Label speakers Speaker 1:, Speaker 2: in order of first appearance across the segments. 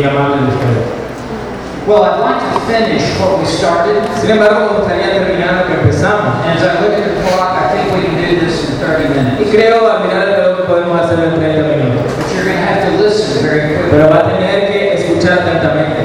Speaker 1: Um, uh, Well, I'd like to finish what we started.
Speaker 2: Sin embargo, me gustaría terminar lo que empezamos.
Speaker 1: And as I look at the clock, I think we can do this in 30
Speaker 2: Y
Speaker 1: minutes.
Speaker 2: creo al mirar el reloj que podemos hacer en 30 minutos.
Speaker 1: But you're going to have to listen very quickly.
Speaker 2: Pero va a tener que escuchar atentamente.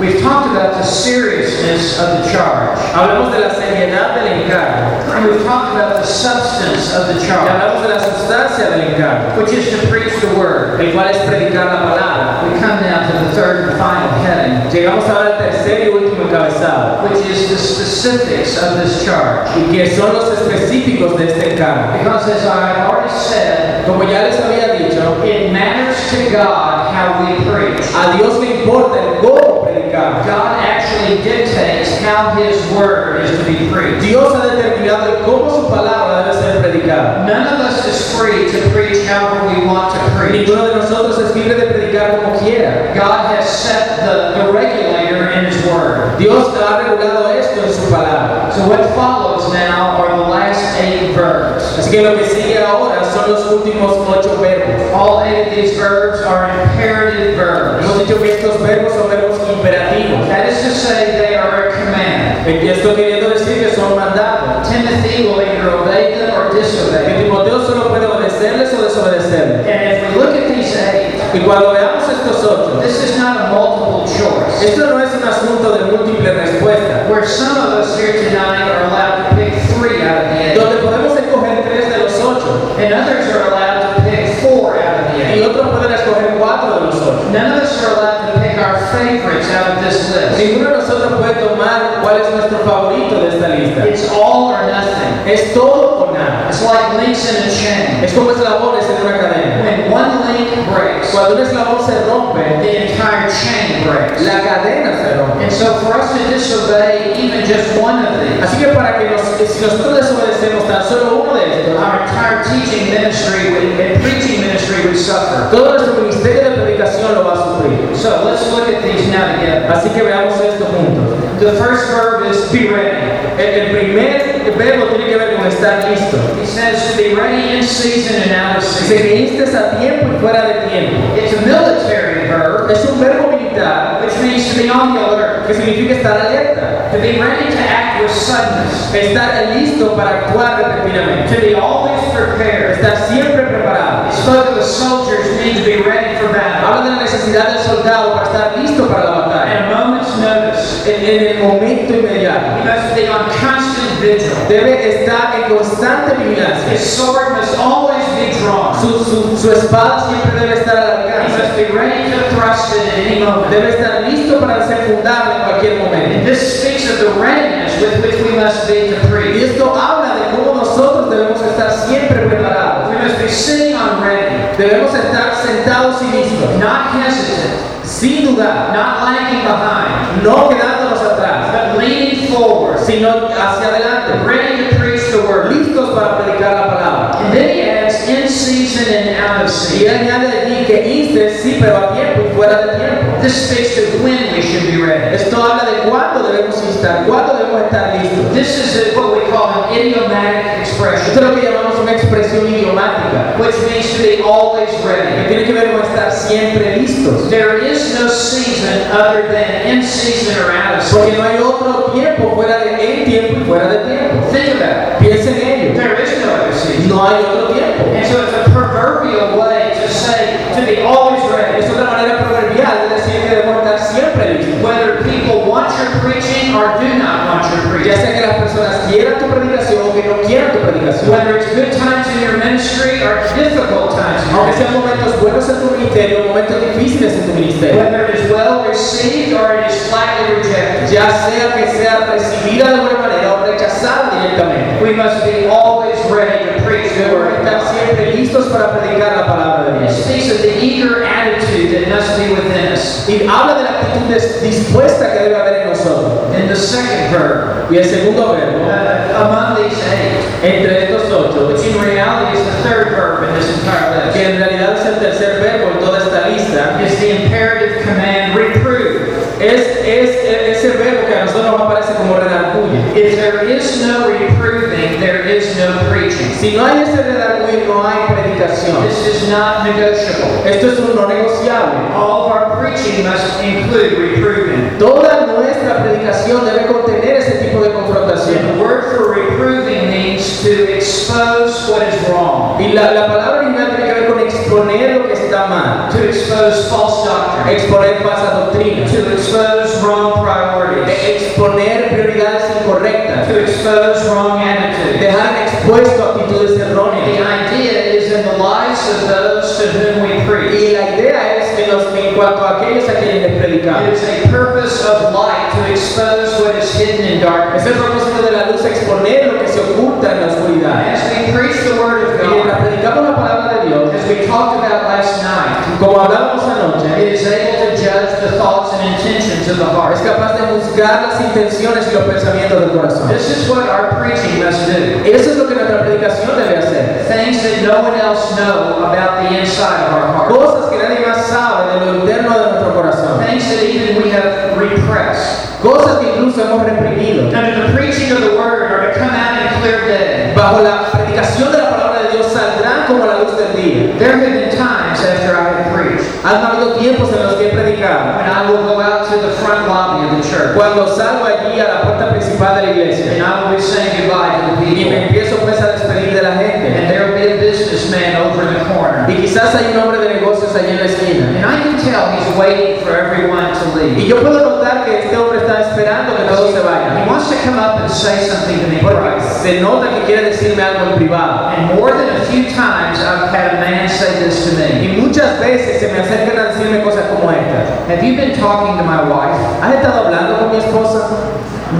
Speaker 1: We've talked about the seriousness of the charge.
Speaker 2: Hablamos de la seriedad del encargo.
Speaker 1: And we've talked about the substance of the
Speaker 2: Y
Speaker 1: charge,
Speaker 2: hablamos de la sustancia del encargo,
Speaker 1: which is to preach the word.
Speaker 2: el cual es predicar la palabra.
Speaker 1: We come now to the third and final heading,
Speaker 2: Llegamos ahora al tercer y último encabezado,
Speaker 1: which is the specifics of this charge.
Speaker 2: y que son los específicos de este encargo.
Speaker 1: Because as I already said,
Speaker 2: Como ya les había dicho,
Speaker 1: it matters to God how we preach.
Speaker 2: a Dios le importa el cómo predicamos.
Speaker 1: God actually dictates how His word is to be preached.
Speaker 2: Dios ha determinado el cómo su palabra debe ser predicada.
Speaker 1: None of us is free to preach however we want to preach.
Speaker 2: Ninguno de nosotros es libre de predicar como quiera.
Speaker 1: God has set the, the regulator in His word.
Speaker 2: Dios ha regulado esto en su palabra.
Speaker 1: So what follows now are the last eight verbs.
Speaker 2: Así que lo que sigue ahora son los últimos ocho verbos.
Speaker 1: All eight of these verbs are imperative verbs.
Speaker 2: Hemos dicho que estos verbos son verbos imperativos.
Speaker 1: That is to say, they are a command.
Speaker 2: Eh, Esto queriendo decir que son mandatos.
Speaker 1: Timothy will either obey them or disobey.
Speaker 2: Que
Speaker 1: them.
Speaker 2: Timoteo solo puede obedecerles o desobedecerles.
Speaker 1: And if we look at these eight,
Speaker 2: Y cuando veamos estos ocho,
Speaker 1: this is not a multiple choice.
Speaker 2: esto no es un asunto de múltiples respuestas,
Speaker 1: Where some of us here tonight are allowed to pick three out of the eight,
Speaker 2: donde podemos escoger tres de los ocho
Speaker 1: and others are allowed to pick four out of the
Speaker 2: y
Speaker 1: eight.
Speaker 2: otros pueden escoger cuatro de los ocho.
Speaker 1: None of us are allowed to pick our favorites out of this list.
Speaker 2: Ninguno de nosotros puede tomar cuál es nuestro favorito de esta lista.
Speaker 1: It's all or nothing.
Speaker 2: Es todo o nada.
Speaker 1: It's like links in a chain.
Speaker 2: Es como eslabones en una cadena.
Speaker 1: When one link breaks,
Speaker 2: Cuando un eslabón se rompe,
Speaker 1: the entire chain breaks.
Speaker 2: la cadena se rompe.
Speaker 1: And so for us to disobey even just one of these,
Speaker 2: Así que para que nos, si nosotros desobedecemos tan solo uno de estos,
Speaker 1: our entire teaching ministry would, and preaching ministry would suffer.
Speaker 2: todo nuestro ministerio de predicación lo va a sufrir.
Speaker 1: So let's look at these now together.
Speaker 2: Así que veamos esto juntos.
Speaker 1: The first verb is be ready.
Speaker 2: El, el primer verbo tiene que ver con estar listo.
Speaker 1: He says to be ready in season and out of
Speaker 2: Dice
Speaker 1: season.
Speaker 2: que instes a tiempo y fuera de tiempo.
Speaker 1: It's a military verb,
Speaker 2: Es un verbo militar
Speaker 1: which means to be on the alert,
Speaker 2: que significa estar alerta.
Speaker 1: to be ready to act with suddenness,
Speaker 2: Estar listo para actuar repentinamente.
Speaker 1: to be always prepared.
Speaker 2: Estar siempre preparado.
Speaker 1: He spoke of the soldiers need to be ready for battle
Speaker 2: Habla de la necesidad del soldado para estar listo para la batalla.
Speaker 1: at a moment's notice.
Speaker 2: En, en el momento inmediato.
Speaker 1: He must be on constant vigil.
Speaker 2: Debe estar en constante vigilancia.
Speaker 1: His sword must always be drawn.
Speaker 2: Su, su- su espada siempre debe estar al
Speaker 1: He
Speaker 2: alcance.
Speaker 1: must be ready to thrust it at any moment.
Speaker 2: Debe estar listo para ser fundable en cualquier momento.
Speaker 1: And this speaks of the readiness with which we must be to
Speaker 2: Y
Speaker 1: preach.
Speaker 2: esto habla de cómo nosotros debemos estar siempre preparados.
Speaker 1: We must be sitting on ready,
Speaker 2: Debemos estar sentados y listos,
Speaker 1: not hesitant,
Speaker 2: sin dudar,
Speaker 1: not lagging behind.
Speaker 2: no quedándonos atrás,
Speaker 1: but leaning forward,
Speaker 2: sino hacia adelante,
Speaker 1: ready to preach the word.
Speaker 2: listos para predicar la palabra.
Speaker 1: And then he adds, in season and out of
Speaker 2: Y
Speaker 1: season.
Speaker 2: añade allí que instes sí, pero a tiempo y fuera de tiempo.
Speaker 1: This speaks to when we should be ready.
Speaker 2: Esto habla de cuándo debemos instar, cuándo debemos estar listos.
Speaker 1: This is a- what we call an idiomatic expression,
Speaker 2: Esto es lo que llamamos una expresión idiomática,
Speaker 1: which means to be always
Speaker 2: que
Speaker 1: ready.
Speaker 2: tiene que ver con estar siempre listos.
Speaker 1: There is no season other than in season or out of season.
Speaker 2: Porque no hay otro tiempo fuera de el tiempo y fuera de tiempo.
Speaker 1: Think about
Speaker 2: Piensen
Speaker 1: it.
Speaker 2: en ello.
Speaker 1: There is no other season.
Speaker 2: No hay otro tiempo.
Speaker 1: And so it's a proverbial way to say to be always ready.
Speaker 2: Es otra manera proverbial de decir que debemos estar siempre listos.
Speaker 1: Whether people want your preaching or do not want your preaching.
Speaker 2: Ya sea que las personas quieran tu predicación o que no quieran tu predicación.
Speaker 1: Whether it's good times in your ministry or difficult times in your
Speaker 2: Aunque sean momentos buenos en tu ministerio, momentos difíciles en tu
Speaker 1: ministry,
Speaker 2: ministerio.
Speaker 1: whether it is well received or it is flatly rejected,
Speaker 2: Ya sea que sea recibida de buena manera o rechazada directamente.
Speaker 1: we must be always ready to preach the
Speaker 2: Debemos
Speaker 1: word of
Speaker 2: estar
Speaker 1: God.
Speaker 2: siempre listos para predicar la palabra de
Speaker 1: It
Speaker 2: Dios.
Speaker 1: speaks of the eager attitude that must be within us.
Speaker 2: Y habla de la actitud des- dispuesta que debe haber en nosotros.
Speaker 1: And the second verb
Speaker 2: Y el segundo verbo,
Speaker 1: uh, among these eight,
Speaker 2: entre estos ocho,
Speaker 1: which in reality is the third verb in this entire list,
Speaker 2: que en realidad es el tercer verbo en toda esta lista,
Speaker 1: is the imperative command reprove.
Speaker 2: es, es, es ese verbo que a nosotros nos aparece como redarguye.
Speaker 1: If there is no reproving, there is no preaching.
Speaker 2: Si no hay ese redarguye, no hay predicación.
Speaker 1: This is not negotiable.
Speaker 2: Esto es un no negociable.
Speaker 1: All of our preaching preaching must include reproving.
Speaker 2: Toda nuestra predicación debe contener ese tipo de confrontación.
Speaker 1: The word for reproving means to expose what is wrong,
Speaker 2: Y la, la palabra original tiene que ver con exponer lo que está mal,
Speaker 1: to expose false doctrine,
Speaker 2: exponer falsas doctrinas,
Speaker 1: to expose wrong priorities,
Speaker 2: e- exponer prioridades incorrectas,
Speaker 1: to expose wrong attitudes.
Speaker 2: dejar expuesto actitudes
Speaker 1: The
Speaker 2: erróneas.
Speaker 1: idea is in the lives of those to whom we preach.
Speaker 2: Y la idea es que los, en cuanto a aquellos a quienes les
Speaker 1: It
Speaker 2: predicamos,
Speaker 1: is a purpose of light to expose what is hidden in
Speaker 2: es el
Speaker 1: darkness.
Speaker 2: propósito de la luz exponer lo que se oculta en la oscuridad.
Speaker 1: As we preach the word of
Speaker 2: Y mientras
Speaker 1: God,
Speaker 2: predicamos la palabra de Dios,
Speaker 1: as we talked about last night,
Speaker 2: como hablábamos anoche,
Speaker 1: it is able to judge the thoughts and intentions of the
Speaker 2: es
Speaker 1: heart.
Speaker 2: capaz de juzgar las intenciones y los pensamientos del corazón.
Speaker 1: This is what our preaching must do.
Speaker 2: Eso es lo que nuestra predicación debe hacer.
Speaker 1: Things that no one else know about the inside of our heart.
Speaker 2: Cosas que nadie más sabe de lo interno de nuestro corazón.
Speaker 1: Things that even we have repressed.
Speaker 2: Cosas que incluso hemos reprimido.
Speaker 1: Under the preaching of the word are to come out in clear day.
Speaker 2: Bajo la predicación de la palabra de Dios saldrán como la luz del día.
Speaker 1: There have been times after I have preached
Speaker 2: Han habido tiempos en los que he predicado.
Speaker 1: when I will go out to the front lobby of the church
Speaker 2: Cuando salgo allí a la puerta principal de la iglesia
Speaker 1: and I will be saying goodbye to the
Speaker 2: y me
Speaker 1: people.
Speaker 2: empiezo pues a despedir de la gente.
Speaker 1: And there will be a businessman over in the corner.
Speaker 2: Y quizás hay un hombre de negocios allí en la esquina.
Speaker 1: And I can tell he's waiting for everyone to
Speaker 2: Y
Speaker 1: leave.
Speaker 2: yo puedo notar que este hombre está esperando que todos se vayan.
Speaker 1: He wants to come up and say something to me
Speaker 2: Porque
Speaker 1: private.
Speaker 2: se nota que quiere decirme algo en privado.
Speaker 1: And more than a few times I've had a man say this to
Speaker 2: Y
Speaker 1: me.
Speaker 2: muchas veces se me acercan a decirme cosas como estas.
Speaker 1: Have you been talking to my wife?
Speaker 2: ¿Has estado hablando con mi esposa?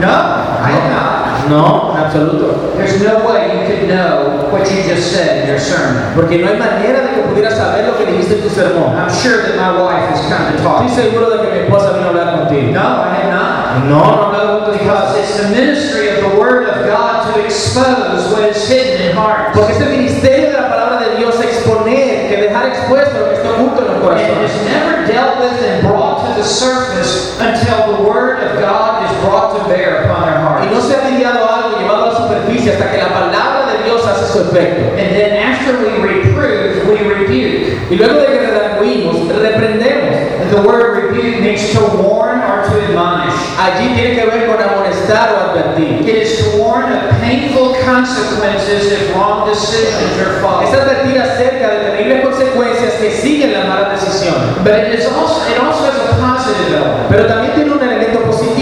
Speaker 1: No, I have not.
Speaker 2: No, en absoluto.
Speaker 1: There's no way you could know what you just said in your sermon.
Speaker 2: Porque no hay manera de que pudiera saber lo que dijiste en tu sermón.
Speaker 1: I'm sure that my wife has come to talk.
Speaker 2: Estoy seguro de que mi esposa vino a hablar contigo.
Speaker 1: No, I have not.
Speaker 2: No, no he hablado con tu esposa.
Speaker 1: Because it's the ministry of the Word of God to expose what is hidden in hearts.
Speaker 2: Porque es el ministerio de la palabra de Dios exponer, que dejar expuesto lo que está oculto en los
Speaker 1: And it
Speaker 2: corazones.
Speaker 1: is never dealt with and brought to the surface until the Word of God is brought to bear upon our
Speaker 2: Y no
Speaker 1: hearts.
Speaker 2: se ha lidiado algo, llevado a la superficie hasta que la palabra de Dios hace su efecto.
Speaker 1: And then after we reprove, we rebuke.
Speaker 2: Y luego de que redarguimos, reprendemos.
Speaker 1: And the word rebuke means to warn or to admonish.
Speaker 2: Allí tiene que ver con amonestar o advertir.
Speaker 1: It is to warn of painful consequences if wrong decisions are followed.
Speaker 2: Es advertir acerca de terribles consecuencias que siguen las malas decisiones.
Speaker 1: But it is also it also has a positive element.
Speaker 2: Pero también tiene un elemento positivo.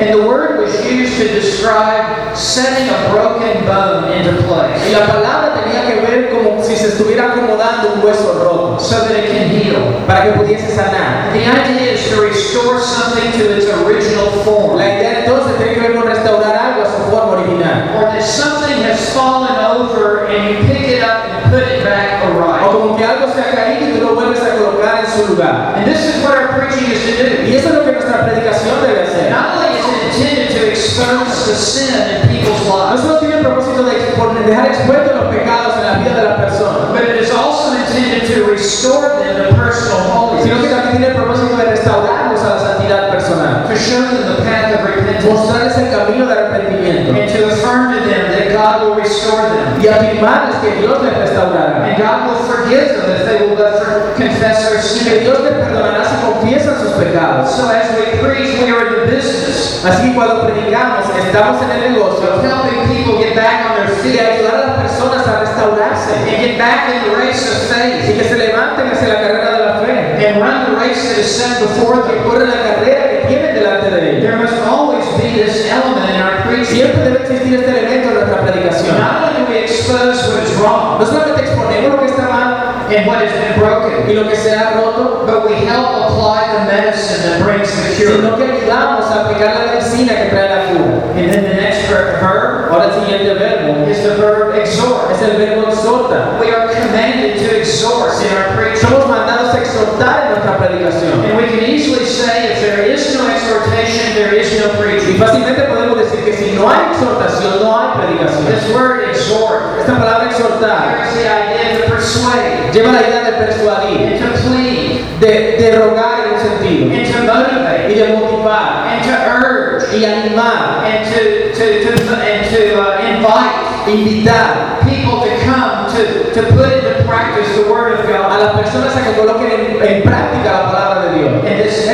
Speaker 1: And the word was used to describe setting a broken bone into
Speaker 2: Y
Speaker 1: place
Speaker 2: la palabra tenía que ver como si se estuviera acomodando un hueso roto
Speaker 1: so that it can heal.
Speaker 2: para que pudiese sanar.
Speaker 1: The idea is to restore something to its original form,
Speaker 2: La idea entonces tiene que ver con restaurar algo a su forma original.
Speaker 1: or that something has fallen over and you pick it up and put it back
Speaker 2: O
Speaker 1: aright.
Speaker 2: como que algo se ha caído y tú lo vuelves a colocar en su lugar.
Speaker 1: And this is what our preaching is to do.
Speaker 2: Y eso es lo que nuestra predicación debe hacer.
Speaker 1: Not only is it intended to expose the sin in people's
Speaker 2: No
Speaker 1: lives,
Speaker 2: solo tiene el propósito de exponer- dejar expuestos los pecados en la vida de las personas,
Speaker 1: but it is also intended to restore them to personal
Speaker 2: sino que
Speaker 1: holiness.
Speaker 2: también tiene el propósito de restaurarlos a la santidad personal.
Speaker 1: to show them the path of repentance
Speaker 2: mostrarles el camino de arrepentimiento
Speaker 1: and to affirm to them that God will restore them
Speaker 2: y afirmarles que Dios les restaurará,
Speaker 1: and God will forgive them if they will but for- confess their
Speaker 2: que
Speaker 1: sin.
Speaker 2: Dios les perdonará si confiesan sus pecados.
Speaker 1: So as we preach, we are in the business
Speaker 2: Así que cuando predicamos, estamos en el negocio
Speaker 1: of helping people get back on their
Speaker 2: de
Speaker 1: feet
Speaker 2: ayudar a las personas a restaurarse
Speaker 1: and get back in the race of
Speaker 2: y
Speaker 1: faith
Speaker 2: que se levanten hacia la carrera de la fe,
Speaker 1: and run the race that is set before
Speaker 2: que
Speaker 1: them.
Speaker 2: corren la carrera que tienen delante de ellos.
Speaker 1: There must always be this element in our preaching.
Speaker 2: Siempre debe existir este elemento en nuestra predicación.
Speaker 1: Not only do we expose what is wrong
Speaker 2: No solamente exponemos lo que está mal
Speaker 1: and what has been broken,
Speaker 2: y lo que se ha roto,
Speaker 1: but we help apply the medicine that brings the cure.
Speaker 2: sino que ayudamos a aplicar la medicina que trae la cura.
Speaker 1: And then the next ver- verb
Speaker 2: Ahora el siguiente verbo
Speaker 1: is the verb exhort.
Speaker 2: es el verbo exhorta.
Speaker 1: We are commanded to exhort in our preaching.
Speaker 2: Somos mandados a exhortar en nuestra predicación.
Speaker 1: And we can easily say if there is no exhortation, there is no
Speaker 2: Y
Speaker 1: preaching.
Speaker 2: fácilmente podemos decir que si no hay exhortación, no hay predicación.
Speaker 1: This word exhort
Speaker 2: Esta palabra exhortar
Speaker 1: carries the idea to persuade,
Speaker 2: lleva la idea de persuadir,
Speaker 1: and to plead,
Speaker 2: de, de rogar en un sentido,
Speaker 1: and to motivate,
Speaker 2: y de motivar,
Speaker 1: and to urge,
Speaker 2: y animar,
Speaker 1: and to, to, to, and to uh, invite
Speaker 2: invitar
Speaker 1: people to come to, to put into practice the Word of
Speaker 2: a
Speaker 1: God.
Speaker 2: las personas a que coloquen en, en práctica la palabra de Dios.
Speaker 1: And this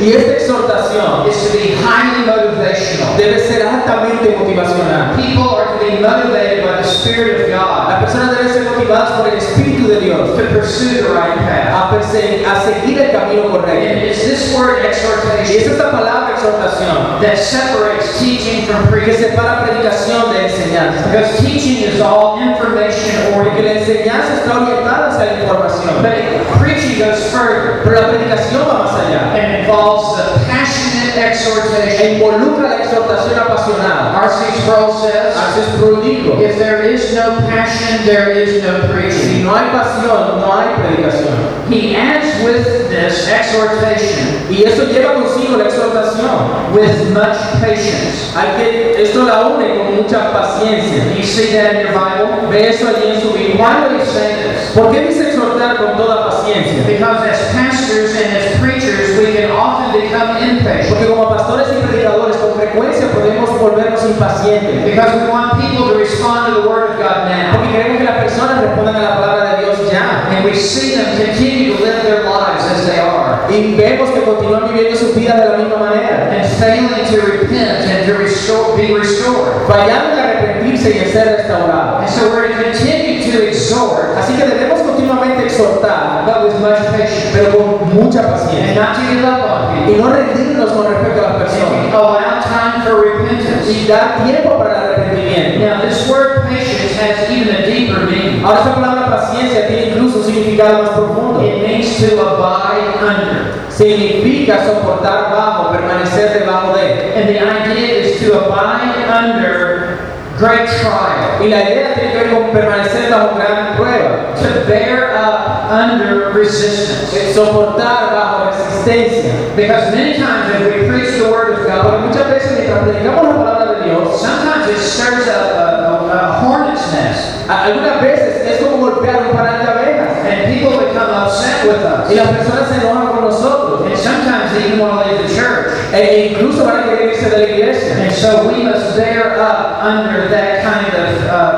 Speaker 2: Y esta exhortación
Speaker 1: is to be highly motivational.
Speaker 2: debe ser altamente motivacional.
Speaker 1: People are to be motivated by the Spirit of
Speaker 2: Las
Speaker 1: God
Speaker 2: personas deben ser motivadas por el Espíritu de Dios
Speaker 1: to pursue the right path.
Speaker 2: a, perse- a seguir el camino correcto.
Speaker 1: And it's this word
Speaker 2: Y es
Speaker 1: exhortation
Speaker 2: esta palabra exhortación
Speaker 1: that separates teaching from
Speaker 2: que
Speaker 1: preaching.
Speaker 2: separa predicación de enseñanza.
Speaker 1: Because teaching is all information
Speaker 2: Porque la
Speaker 1: oriented.
Speaker 2: enseñanza está orientada hacia la información.
Speaker 1: But preaching goes further
Speaker 2: Pero la predicación va más allá.
Speaker 1: and involves the passionate
Speaker 2: E
Speaker 1: exhortation.
Speaker 2: involucra la exhortación apasionada.
Speaker 1: R.C. Sproul says,
Speaker 2: Así es prodigo.
Speaker 1: If there is no passion, there is no
Speaker 2: Si
Speaker 1: preaching.
Speaker 2: no hay pasión, no hay predicación.
Speaker 1: He adds with this exhortation
Speaker 2: Y eso lleva consigo la exhortación.
Speaker 1: with much patience.
Speaker 2: Hay que, esto la une con mucha paciencia.
Speaker 1: You see that in your Bible?
Speaker 2: Ve eso allí en su Biblia.
Speaker 1: Why would he say this?
Speaker 2: ¿Por qué dice exhortar con toda paciencia?
Speaker 1: Because as pastors and as preachers, we can often become impatient.
Speaker 2: Porque como pastores y predicadores con frecuencia podemos volvernos impacientes.
Speaker 1: Because we want people to respond to the Word of God now.
Speaker 2: Porque queremos que las personas respondan a la palabra de Dios ya.
Speaker 1: And we see them continue to live their lives as they are.
Speaker 2: Y vemos que continúan viviendo sus vidas de la misma manera.
Speaker 1: And failing to repent and to restore, be restored.
Speaker 2: Fallando en arrepentirse y en ser restaurados.
Speaker 1: And so we're to continue to exhort,
Speaker 2: Así que debemos continuamente exhortar,
Speaker 1: but with much patience.
Speaker 2: pero con mucha paciencia.
Speaker 1: And not to give up on people.
Speaker 2: Y no rendirnos con respecto a las personas.
Speaker 1: Allow time for repentance.
Speaker 2: Y dar tiempo para el arrepentimiento.
Speaker 1: Now, this word patience has even a deeper meaning.
Speaker 2: Ahora esa palabra paciencia tiene incluso un significado más profundo.
Speaker 1: It means to abide under.
Speaker 2: Significa soportar bajo, permanecer debajo de.
Speaker 1: And the idea is to abide under great trial,
Speaker 2: Y la idea tiene que ver con permanecer bajo gran prueba.
Speaker 1: to bear up under resistance.
Speaker 2: Es soportar bajo resistencia.
Speaker 1: Because many times as we preach the Word of
Speaker 2: Ahora,
Speaker 1: God,
Speaker 2: muchas veces mientras predicamos la palabra de Dios,
Speaker 1: sometimes it stirs up a, a, a hornet's nest,
Speaker 2: a- algunas veces es como golpear un panal de abejas.
Speaker 1: and people become upset with
Speaker 2: Y
Speaker 1: us.
Speaker 2: las personas se enojan con nosotros.
Speaker 1: And sometimes they even want to leave the church.
Speaker 2: E incluso van a querer irse de la iglesia.
Speaker 1: And so we must bear up under that kind of uh,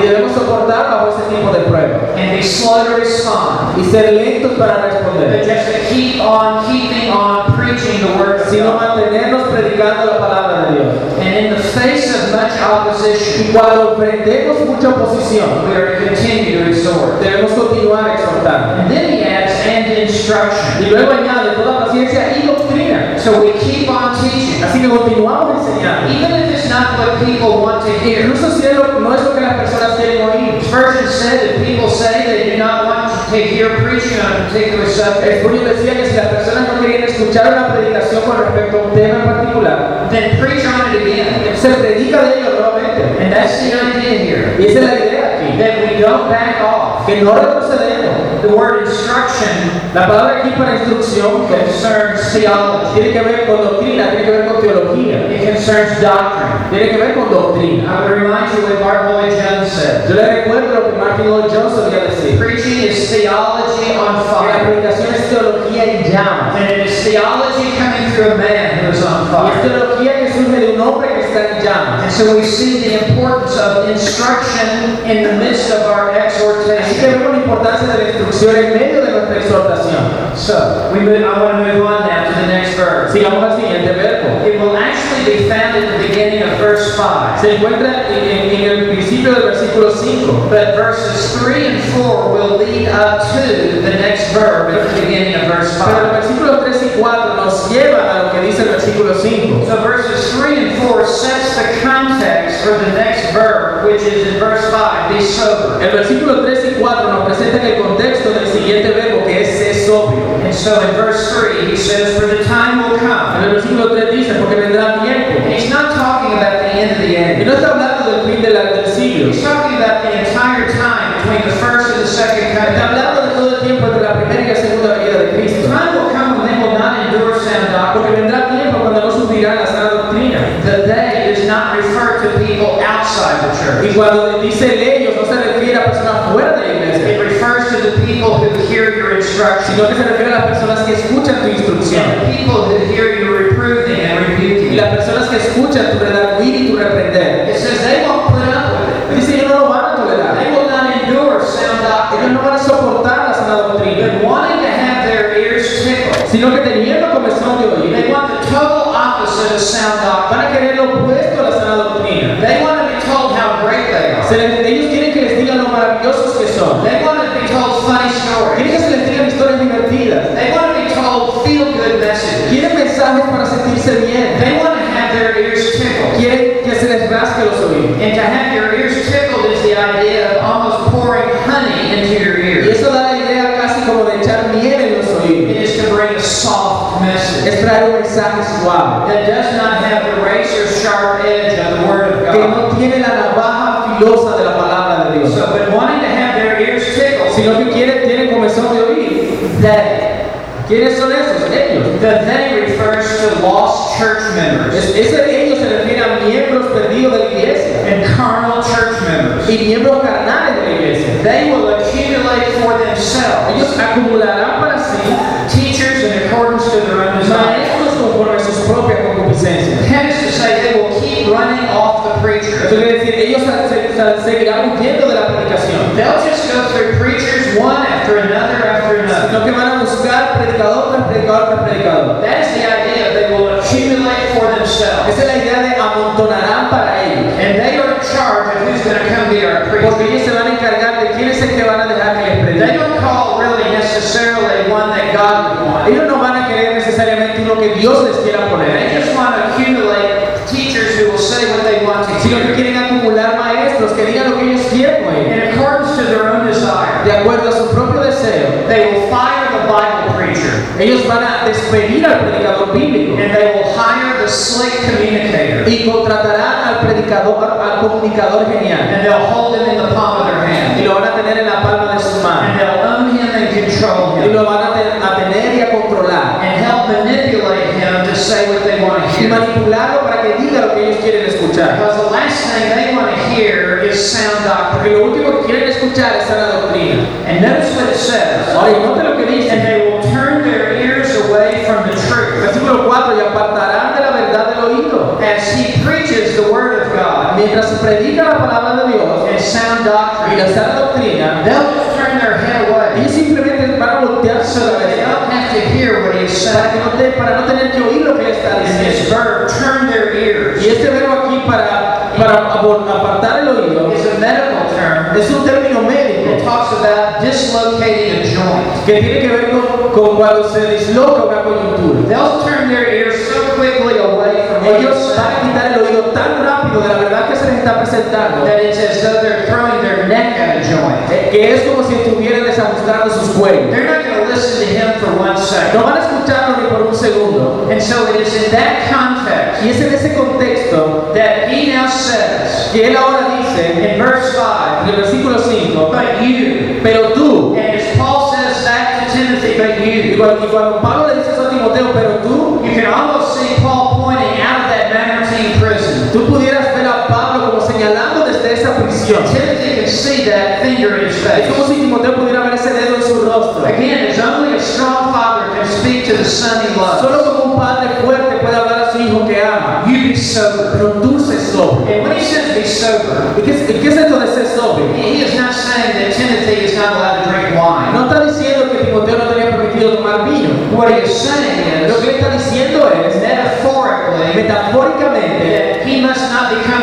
Speaker 1: trial
Speaker 2: debemos soportar bajo ese tipo de pruebas.
Speaker 1: and be slow to respond,
Speaker 2: Y ser lentos para
Speaker 1: but
Speaker 2: responder.
Speaker 1: just to keep on keeping on preaching the Word of
Speaker 2: Sino
Speaker 1: God.
Speaker 2: mantenernos predicando la palabra de Dios.
Speaker 1: And in the face of much
Speaker 2: Y
Speaker 1: opposition,
Speaker 2: cuando enfrentemos mucha
Speaker 1: we
Speaker 2: oposición,
Speaker 1: are to continue to exhort.
Speaker 2: debemos continuar exhortando.
Speaker 1: And then he adds, and instruction.
Speaker 2: Y luego añade toda paciencia y doctrina.
Speaker 1: So we keep on teaching,
Speaker 2: Así que continuamos enseñando.
Speaker 1: even if it's not what people want to hear.
Speaker 2: Incluso si es lo- no es lo que las personas quieren oír.
Speaker 1: Spurgeon said that people say they do not want to hear preaching on a particular subject,
Speaker 2: Spurgeon decía que si las personas no querían escuchar una predicación con respecto a un tema en particular,
Speaker 1: then preach on it again.
Speaker 2: se predica de ello nuevamente.
Speaker 1: And that's the idea here.
Speaker 2: Y esa es la idea aquí.
Speaker 1: that we don't back off.
Speaker 2: Que no retrocedemos.
Speaker 1: The word instruction
Speaker 2: La palabra aquí para instrucción que
Speaker 1: concerns theology.
Speaker 2: tiene que ver con doctrina, tiene que ver con teología,
Speaker 1: It concerns doctrine.
Speaker 2: tiene que ver con doctrina.
Speaker 1: I would remind you what Mark Lloyd Jones said.
Speaker 2: Yo le recuerdo lo que Martin Lloyd Jones solía decir.
Speaker 1: Preaching is theology on
Speaker 2: Que la
Speaker 1: fire.
Speaker 2: predicación es teología en llamas.
Speaker 1: And it is theology coming through a man who is on
Speaker 2: Y es
Speaker 1: fire.
Speaker 2: teología que surge de un hombre que está en llamas.
Speaker 1: And so we see the importance of instruction in the midst of our
Speaker 2: Así que
Speaker 1: exhortation.
Speaker 2: vemos la importancia de la instrucción en medio de nuestra exhortación.
Speaker 1: So we move, I want to move on now to the next verse.
Speaker 2: Sigamos al siguiente verbo.
Speaker 1: It will actually be found at the beginning of verse 5.
Speaker 2: Se encuentra en, en- en el principio del versículo 5.
Speaker 1: But verses 3 and 4 will lead up to the next verb at the beginning of verse
Speaker 2: Pero
Speaker 1: 5.
Speaker 2: los versículos 3 y 4 nos llevan a lo que dice el versículo 5.
Speaker 1: So verses 3 and 4 sets the context for the next verb, which is in verse 5, be sober.
Speaker 2: El versículo 3 y 4 nos presentan el contexto del siguiente verbo que es ser sobrio.
Speaker 1: And so in verse 3, he says, For the time will
Speaker 2: En
Speaker 1: come.
Speaker 2: el versículo 3 dice, porque vendrá tiempo.
Speaker 1: And he's not talking about the end of the
Speaker 2: Y
Speaker 1: age.
Speaker 2: no está hablando del fin de la- del siglo.
Speaker 1: He's talking about the entire time between the first and the second
Speaker 2: Está
Speaker 1: coming.
Speaker 2: hablando de todo el tiempo entre la primera y la segunda venida de
Speaker 1: The
Speaker 2: Cristo. Ah,
Speaker 1: time will come when they will not endure sound
Speaker 2: Porque
Speaker 1: doctrine.
Speaker 2: vendrá tiempo cuando no sufrirán la sana doctrina.
Speaker 1: The they does not refer to people outside the church.
Speaker 2: Y cuando dice ellos, no se refiere a personas fuera de la iglesia,
Speaker 1: It refers to the people who hear your instruction,
Speaker 2: sino que se refiere a las personas que escuchan tu instrucción.
Speaker 1: the people who hear you reproving and
Speaker 2: Y
Speaker 1: rebuking.
Speaker 2: las personas que escuchan tu redarguir y tu reprender.
Speaker 1: It says they won't put up with
Speaker 2: Dice, ellos no lo van a
Speaker 1: it.
Speaker 2: tolerar.
Speaker 1: They will not endure sound
Speaker 2: Ellos
Speaker 1: doctrine.
Speaker 2: no van a soportar la sana doctrina,
Speaker 1: But wanting to have their ears tickled
Speaker 2: sino que teniendo comenzó a
Speaker 1: They
Speaker 2: teología.
Speaker 1: want the total opposite of sound doctrine.
Speaker 2: Van a querer lo opuesto a la sana doctrina.
Speaker 1: They want to be told how great they are.
Speaker 2: Se les- ellos quieren que les digan lo maravillosos que son.
Speaker 1: They want to be told funny stories.
Speaker 2: Quieren que se les digan historias divertidas.
Speaker 1: They want to be told feel-good messages.
Speaker 2: Quieren mensajes para sentirse bien.
Speaker 1: They want to have their ears tickled.
Speaker 2: Quieren que se les rasque los oídos.
Speaker 1: And to have your ears tickled is the idea of almost pouring honey into your
Speaker 2: Y
Speaker 1: ears.
Speaker 2: eso da la idea casi como de echar miel en los
Speaker 1: It
Speaker 2: oídos.
Speaker 1: is to bring a soft message
Speaker 2: Es traer un mensaje suave.
Speaker 1: that does not have the razor sharp edge of the Word of
Speaker 2: Que
Speaker 1: God.
Speaker 2: no tiene la navaja filosa de la palabra de Dios.
Speaker 1: So, but wanting to have their ears tickled,
Speaker 2: Sino que quieren, tienen comezón de oír.
Speaker 1: they,
Speaker 2: ¿Quiénes son esos? Ellos.
Speaker 1: the they refers to lost church members
Speaker 2: Es- Ese de ellos se refiere a miembros perdidos de la iglesia
Speaker 1: and carnal church members.
Speaker 2: y miembros carnales de la iglesia.
Speaker 1: They will accumulate for themselves
Speaker 2: Ellos acumularán para sí
Speaker 1: teachers in accordance to their own desires.
Speaker 2: maestros conforme a sus propias concupiscencias.
Speaker 1: That is to say, they will keep running off the
Speaker 2: Eso
Speaker 1: preacher.
Speaker 2: quiere decir, ellos se- se- se- seguirán huyendo de la predicación,
Speaker 1: They'll just go through preachers one after another after another.
Speaker 2: sino que van a buscar predicador tras predicador tras predicador.
Speaker 1: That is the idea. They will accumulate for themselves.
Speaker 2: Esa es la idea de amontonarán para ellos,
Speaker 1: And they are in charge of who's going to come be our
Speaker 2: porque
Speaker 1: preacher.
Speaker 2: ellos se van a encargar de quiénes es que van a dejar que
Speaker 1: They
Speaker 2: les prediquen.
Speaker 1: don't call really necessarily one that God would want.
Speaker 2: Ellos no van a querer necesariamente uno que Dios les quiera poner.
Speaker 1: They just want to accumulate teachers who will say what they want to
Speaker 2: sino que
Speaker 1: hear
Speaker 2: quieren acumular maestros que digan lo que ellos quieren oír,
Speaker 1: in accordance to their own desire.
Speaker 2: de acuerdo a su propio deseo.
Speaker 1: They will fire the Bible preacher.
Speaker 2: Ellos van a despedir al predicador bíblico
Speaker 1: And they will hire the slick communicator.
Speaker 2: y contratarán al predicador, al comunicador genial,
Speaker 1: And they'll hold him in the palm of their
Speaker 2: y
Speaker 1: hand.
Speaker 2: lo van a tener en la palma de sus
Speaker 1: And
Speaker 2: manos,
Speaker 1: they'll own him and control
Speaker 2: y
Speaker 1: him.
Speaker 2: lo van a, te- a tener y a controlar,
Speaker 1: And help manipulate him to say what they want to
Speaker 2: y
Speaker 1: hear.
Speaker 2: manipularlo para que diga lo que ellos quieren escuchar.
Speaker 1: Because the last thing they want to hear is sound
Speaker 2: Porque
Speaker 1: doctrine.
Speaker 2: lo último que quieren escuchar es la doctrina.
Speaker 1: And notice what it says.
Speaker 2: Ahora, y note lo que
Speaker 1: And
Speaker 2: dice.
Speaker 1: they will turn their ears away from the truth.
Speaker 2: Versículo 4, y apartarán de la verdad del oído.
Speaker 1: As he preaches the word of God
Speaker 2: Mientras se predica la palabra de Dios,
Speaker 1: and sound
Speaker 2: y
Speaker 1: doctrine,
Speaker 2: la sana doctrina,
Speaker 1: they'll just turn their head away.
Speaker 2: ellos simplemente van a voltear su
Speaker 1: So that they
Speaker 2: cabeza
Speaker 1: don't have to hear what he's saying.
Speaker 2: para, que no te- para no tener que oír lo que él está
Speaker 1: And this
Speaker 2: diciendo.
Speaker 1: verb, turn their ears,
Speaker 2: Y este verbo aquí para, para abor- apartar el oído
Speaker 1: is a medical term.
Speaker 2: es un término
Speaker 1: It
Speaker 2: médico
Speaker 1: talks about dislocating a joint.
Speaker 2: que tiene que ver con, con cuando se disloca una coyuntura.
Speaker 1: They'll turn their ears so quickly away from what you're
Speaker 2: Ellos van a
Speaker 1: saying
Speaker 2: quitar el oído tan rápido de la verdad que se les está presentando
Speaker 1: that it's as though they're throwing their neck at a joint.
Speaker 2: eh, que es como si estuvieran desajustando sus cuellos.
Speaker 1: They're not going to listen to him for one second.
Speaker 2: No van a escucharlo ni por un segundo.
Speaker 1: And so it is in that context
Speaker 2: Y es en ese contexto
Speaker 1: that he now says
Speaker 2: que él ahora dice
Speaker 1: in verse 5,
Speaker 2: en el versículo 5,
Speaker 1: but you.
Speaker 2: Pero tú,
Speaker 1: And as Paul says back to Timothy, but
Speaker 2: y
Speaker 1: you.
Speaker 2: cuando, y cuando Pablo le dice eso a Timoteo, pero tú,
Speaker 1: You can almost see Paul pointing out of that Mamertine prison.
Speaker 2: tú pudieras ver a Pablo como señalando desde esa prisión.
Speaker 1: Timothy can see that finger in his
Speaker 2: Es como
Speaker 1: face.
Speaker 2: si Timoteo pudiera ver ese dedo en su rostro.
Speaker 1: Again, it's only a strong father can speak to the son he loves.
Speaker 2: Solo como un padre fuerte puede hablar a su hijo que ama.
Speaker 1: You be sober.
Speaker 2: Pero tú sé sobrio.
Speaker 1: And when he says be sober,
Speaker 2: ¿Y qué, es- y qué es esto de ser sobrio?
Speaker 1: he is not saying that Timothy is not allowed to drink wine.
Speaker 2: No está diciendo que Timoteo no tenía permitido tomar vino.
Speaker 1: What he is saying
Speaker 2: Lo
Speaker 1: is,
Speaker 2: que él está diciendo es,
Speaker 1: metaphorically,
Speaker 2: metafóricamente,
Speaker 1: that he must not become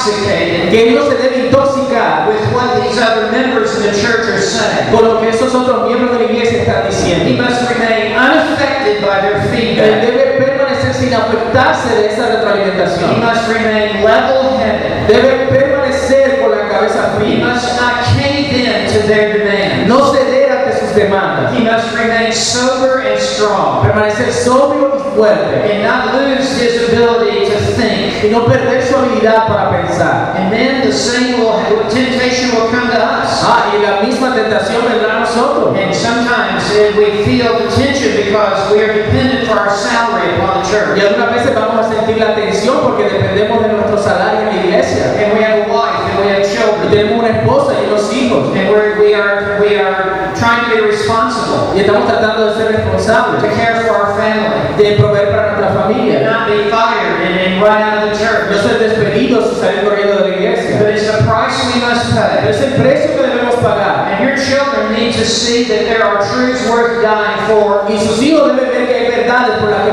Speaker 1: intoxicated
Speaker 2: que él no se debe intoxicar
Speaker 1: with what these other members of the church are saying.
Speaker 2: con lo que esos otros miembros de la iglesia están diciendo.
Speaker 1: He must remain unaffected by their
Speaker 2: Él
Speaker 1: feedback.
Speaker 2: debe permanecer sin afectarse de esa
Speaker 1: He
Speaker 2: retroalimentación.
Speaker 1: must remain level-headed.
Speaker 2: Debe permanecer con la cabeza
Speaker 1: He
Speaker 2: fría.
Speaker 1: must not cave in to their demands.
Speaker 2: No ceder ante sus demandas.
Speaker 1: He must remain sober and strong
Speaker 2: Permanecer sobrio y fuerte.
Speaker 1: and not lose his ability to think.
Speaker 2: Y no perder su habilidad para pensar.
Speaker 1: And then the same will, temptation will come to us.
Speaker 2: Ah, y la misma tentación vendrá a nosotros.
Speaker 1: And sometimes eh, we feel the tension because we are dependent for our salary upon the
Speaker 2: Y
Speaker 1: church.
Speaker 2: algunas veces vamos a sentir la tensión porque dependemos de nuestro salario en la iglesia.
Speaker 1: And we have a wife and we have
Speaker 2: Y
Speaker 1: children.
Speaker 2: tenemos una esposa y unos hijos.
Speaker 1: And we're, we are we are trying to be responsible
Speaker 2: Y estamos tratando de ser
Speaker 1: to
Speaker 2: responsables,
Speaker 1: care for our family
Speaker 2: de proveer para nuestra
Speaker 1: and
Speaker 2: familia.
Speaker 1: not be fired and, and run out of the
Speaker 2: No
Speaker 1: church.
Speaker 2: ser despedidos y salir corriendo de la iglesia.
Speaker 1: But it's the price we must pay.
Speaker 2: Pero es el precio que debemos pagar.
Speaker 1: And your children need to see that there are truths worth dying for.
Speaker 2: Y sus hijos deben ver que hay verdades por las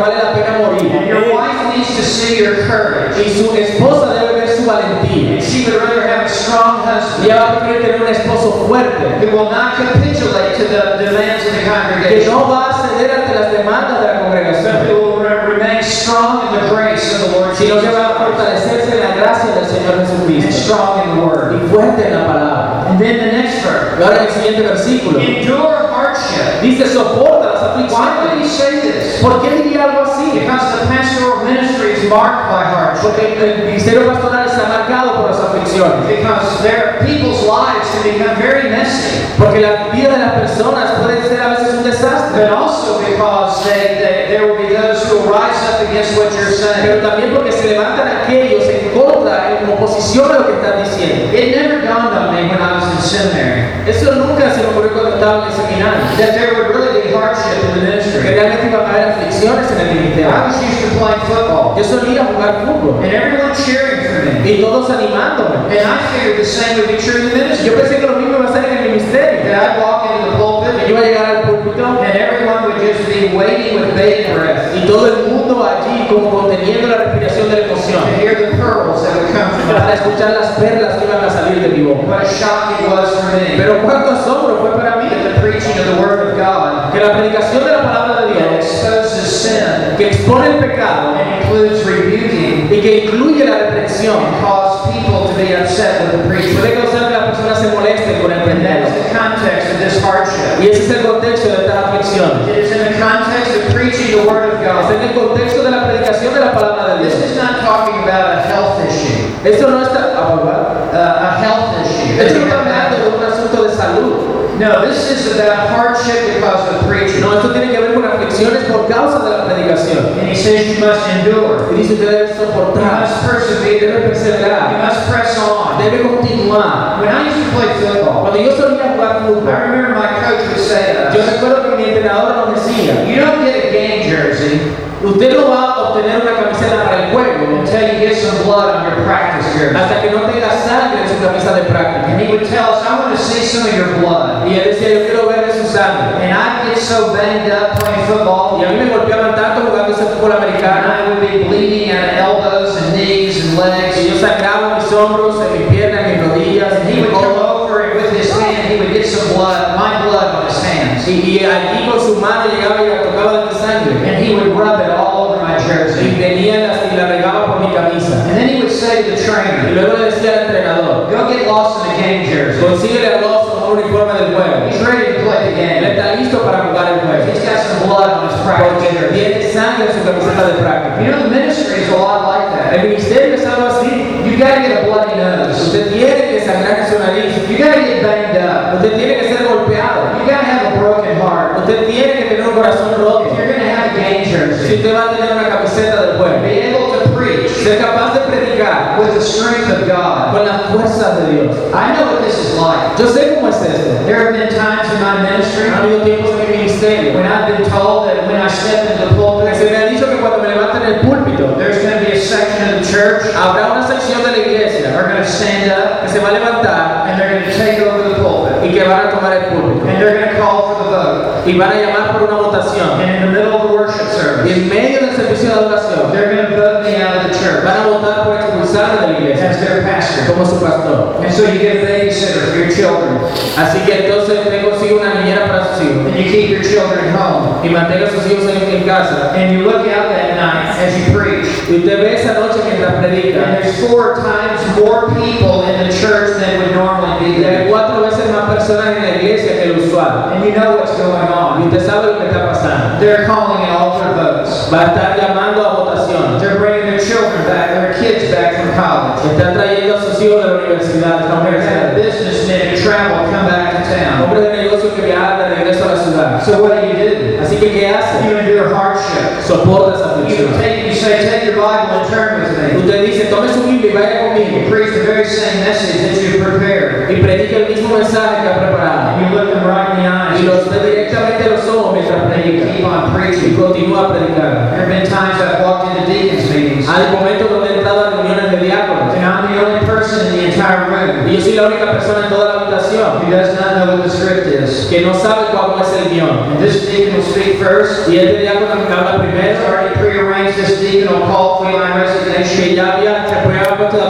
Speaker 2: Y
Speaker 1: courage.
Speaker 2: su esposa debe ver su valentía.
Speaker 1: And she would rather have a strong husband
Speaker 2: Ella va a preferir tener un esposo fuerte
Speaker 1: who will not capitulate to the demands of the
Speaker 2: que
Speaker 1: congregation,
Speaker 2: no va a ceder ante las demandas de la
Speaker 1: but
Speaker 2: congregación,
Speaker 1: who will re- remain strong in the grace of the Lord
Speaker 2: sino
Speaker 1: Jesus
Speaker 2: que va a
Speaker 1: Christ
Speaker 2: fortalecerse en la gracia del Señor
Speaker 1: and
Speaker 2: Jesucristo
Speaker 1: strong in the word.
Speaker 2: y fuerte en la palabra.
Speaker 1: And then the next verse.
Speaker 2: Y ahora el siguiente versículo
Speaker 1: Endure hardship.
Speaker 2: dice soporta las
Speaker 1: Why would
Speaker 2: aflicciones.
Speaker 1: he say this?
Speaker 2: ¿Por qué diría algo así?
Speaker 1: Because the pastoral ministry is marked by hardship.
Speaker 2: Porque el ministerio pastoral está marcado por las aflicciones.
Speaker 1: Because their people's lives can become very messy,
Speaker 2: Porque la vida de las personas puede ser a veces un desastre.
Speaker 1: but also because they, they, there will be those who will rise up against what you're
Speaker 2: Pero
Speaker 1: saying.
Speaker 2: también porque se levantan aquellos en contra, en oposición a lo que están diciendo.
Speaker 1: It never dawned on me when I was in seminary
Speaker 2: Eso nunca se me ocurrió cuando estaba en el seminario.
Speaker 1: that there would really be hardship in the
Speaker 2: Que
Speaker 1: ministry.
Speaker 2: realmente iban a haber aflicciones en el
Speaker 1: I
Speaker 2: ministerio. Ah,
Speaker 1: was used to playing football
Speaker 2: Yo solía jugar fútbol
Speaker 1: and everyone cheering for me,
Speaker 2: y todos animándome.
Speaker 1: and I figured the same would be true in the
Speaker 2: Yo
Speaker 1: ministry.
Speaker 2: pensé que lo mismo iba a ser en el ministerio.
Speaker 1: That I'd walk into the
Speaker 2: Yo
Speaker 1: pulpit
Speaker 2: iba a llegar al púlpito
Speaker 1: and everyone would just be waiting with bated breath
Speaker 2: y todo el mundo allí como conteniendo la respiración de la emoción
Speaker 1: to hear the pearls that would come from
Speaker 2: para
Speaker 1: my
Speaker 2: escuchar las perlas que iban a salir de mi boca.
Speaker 1: What a shock it was for me.
Speaker 2: Pero cuánto asombro fue para mí
Speaker 1: that the preaching of the Word of God
Speaker 2: que la predicación de la palabra de
Speaker 1: that
Speaker 2: Dios,
Speaker 1: exposes sin
Speaker 2: que expone el pecado
Speaker 1: and includes rebuking
Speaker 2: y que incluye la reprensión,
Speaker 1: can cause people to be upset with the
Speaker 2: puede
Speaker 1: preacher.
Speaker 2: causar que las personas se molesten con el
Speaker 1: And that
Speaker 2: prendero.
Speaker 1: is the context of this hardship.
Speaker 2: Y ese es el contexto de estas aflicciones.
Speaker 1: It is in the context of preaching the Word of
Speaker 2: Es
Speaker 1: God.
Speaker 2: en el contexto de la predicación de la palabra de
Speaker 1: This
Speaker 2: Dios.
Speaker 1: is not talking about a health issue.
Speaker 2: Esto no está abordado.
Speaker 1: Uh, a health issue.
Speaker 2: Esto no está hablando de un asunto de salud.
Speaker 1: No, this is about hardship because of preaching.
Speaker 2: No, esto tiene que ver con aflicciones por causa de la predicación.
Speaker 1: And he says you must endure.
Speaker 2: Y dice, usted debe
Speaker 1: You
Speaker 2: soportar,
Speaker 1: must persevere.
Speaker 2: debe
Speaker 1: You
Speaker 2: perseverar,
Speaker 1: must press on.
Speaker 2: debe continuar.
Speaker 1: When I used to play football,
Speaker 2: Cuando yo solía jugar
Speaker 1: I
Speaker 2: fútbol,
Speaker 1: remember my coach would say to us,
Speaker 2: Yo recuerdo que mi entrenador nos decía,
Speaker 1: You don't get a game jersey
Speaker 2: usted no va a obtener una camiseta para el juego
Speaker 1: until you get some blood on your practice jersey.
Speaker 2: hasta que no tenga sangre en su camisa de práctica.
Speaker 1: And he would tell us, I want to see some of your blood.
Speaker 2: Y él decía, yo quiero ver de su sangre.
Speaker 1: And I'd get so banged up playing
Speaker 2: Y
Speaker 1: football,
Speaker 2: a mí me golpeaban tanto jugando ese fútbol
Speaker 1: and
Speaker 2: americano,
Speaker 1: I would be bleeding out of elbows and knees and
Speaker 2: que
Speaker 1: legs.
Speaker 2: yo sangraba mis hombros, en mis piernas, en mis rodillas,
Speaker 1: And
Speaker 2: en
Speaker 1: he
Speaker 2: mi
Speaker 1: would come
Speaker 2: codo.
Speaker 1: over and with his hand, he would get some blood, my blood on his
Speaker 2: Y,
Speaker 1: hands.
Speaker 2: y allí con su mano llegaba y la tocaba de mi sangre.
Speaker 1: And he would rub it all over my
Speaker 2: Y
Speaker 1: jersey.
Speaker 2: tenía las- y la regaba por mi camisa.
Speaker 1: And then he would say to the
Speaker 2: Y
Speaker 1: trainer,
Speaker 2: luego le decía al entrenador,
Speaker 1: Go get lost in a game jersey.
Speaker 2: consíguele a dos un uniforme del juego.
Speaker 1: He's ready to play the
Speaker 2: Él
Speaker 1: game.
Speaker 2: está listo para jugar el juego.
Speaker 1: He's got some blood on his practice
Speaker 2: porque
Speaker 1: jersey.
Speaker 2: tiene sangre en su camiseta de práctica.
Speaker 1: You know, the ministry is a lot like
Speaker 2: El
Speaker 1: that.
Speaker 2: ministerio es algo así.
Speaker 1: You gotta get a bloody nose.
Speaker 2: Usted tiene que sangrar en su nariz.
Speaker 1: You gotta get banged up.
Speaker 2: Usted tiene que ser golpeado.
Speaker 1: You gotta have a broken heart.
Speaker 2: Usted tiene que tener un corazón
Speaker 1: If
Speaker 2: roto.
Speaker 1: you're gonna have a game
Speaker 2: Si
Speaker 1: jersey,
Speaker 2: usted va a tener una camiseta
Speaker 1: be
Speaker 2: del pueblo,
Speaker 1: able to preach
Speaker 2: ser capaz de predicar
Speaker 1: with the strength of God.
Speaker 2: con las fuerzas de Dios.
Speaker 1: I know what this is like.
Speaker 2: Yo sé cómo es esto.
Speaker 1: There have been times in my ministry
Speaker 2: Ha habido tiempos en mi ministerio
Speaker 1: when I've been told that when I step into the
Speaker 2: porque se
Speaker 1: pulpit,
Speaker 2: me ha dicho que cuando me levanten el púlpito,
Speaker 1: there's gonna be a section of the church
Speaker 2: habrá una sección de la
Speaker 1: that
Speaker 2: iglesia
Speaker 1: are gonna stand up
Speaker 2: que se va a levantar
Speaker 1: and they're gonna take over the pulpit.
Speaker 2: y que van a tomar el púlpito
Speaker 1: And they're gonna call for the vote.
Speaker 2: y van a llamar por una votación.
Speaker 1: And in the middle of the worship
Speaker 2: Y
Speaker 1: service,
Speaker 2: en medio del servicio de adoración
Speaker 1: they're gonna vote me out of the church.
Speaker 2: van a votar por expulsarme de la iglesia
Speaker 1: as their pastor.
Speaker 2: como su pastor.
Speaker 1: And so you get a babysitter for your children,
Speaker 2: Así que entonces usted consigue una niñera para sus hijos
Speaker 1: and you keep your children home,
Speaker 2: y mantenga a sus hijos en, en casa.
Speaker 1: and you look out that night as you preach.
Speaker 2: Y usted ve esa noche mientras
Speaker 1: And
Speaker 2: predica
Speaker 1: there's four times more people in the church than would normally be
Speaker 2: y hay
Speaker 1: there.
Speaker 2: cuatro veces más personas en la iglesia que lo usual.
Speaker 1: And you know what's going
Speaker 2: Y
Speaker 1: on.
Speaker 2: usted sabe lo que está pasando.
Speaker 1: They're calling in all their votes.
Speaker 2: Va a estar llamando a votación.
Speaker 1: They're bringing their children back, their kids back from college.
Speaker 2: Están trayendo a sus hijos de la universidad, de la
Speaker 1: They're having
Speaker 2: universidad.
Speaker 1: businessmen who travel come back to town.
Speaker 2: Hombres de negocios que viajan de regreso a la ciudad.
Speaker 1: So what do you do?
Speaker 2: Así que, ¿qué hace?
Speaker 1: You endure hardship.
Speaker 2: Soporta esa
Speaker 1: You
Speaker 2: aflicción.
Speaker 1: take, you say, take your Bible and turn with me.
Speaker 2: Usted dice, tome su Biblia y vaya
Speaker 1: You
Speaker 2: conmigo.
Speaker 1: preach the very same message that you prepared.
Speaker 2: Y predica el mismo mensaje que ha preparado.
Speaker 1: And you look them right in the eyes.
Speaker 2: Y los ve directamente a los ojos mientras
Speaker 1: and you
Speaker 2: predica.
Speaker 1: keep on
Speaker 2: Y
Speaker 1: preaching.
Speaker 2: continúa predicando.
Speaker 1: There have been times I've walked into deacons' meetings,
Speaker 2: Hay momentos donde he entrado a reuniones de diáconos.
Speaker 1: and I'm the only person in the entire room
Speaker 2: Y yo soy la única persona en toda la habitación
Speaker 1: who does not know what the script is.
Speaker 2: que no sabe cómo es el guión.
Speaker 1: And this deacon will speak first.
Speaker 2: Y este diácono que habla
Speaker 1: Man's
Speaker 2: primero,
Speaker 1: already prearranged this deacon will call for my
Speaker 2: que
Speaker 1: resignation.
Speaker 2: ya había